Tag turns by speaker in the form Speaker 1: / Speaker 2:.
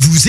Speaker 1: Vous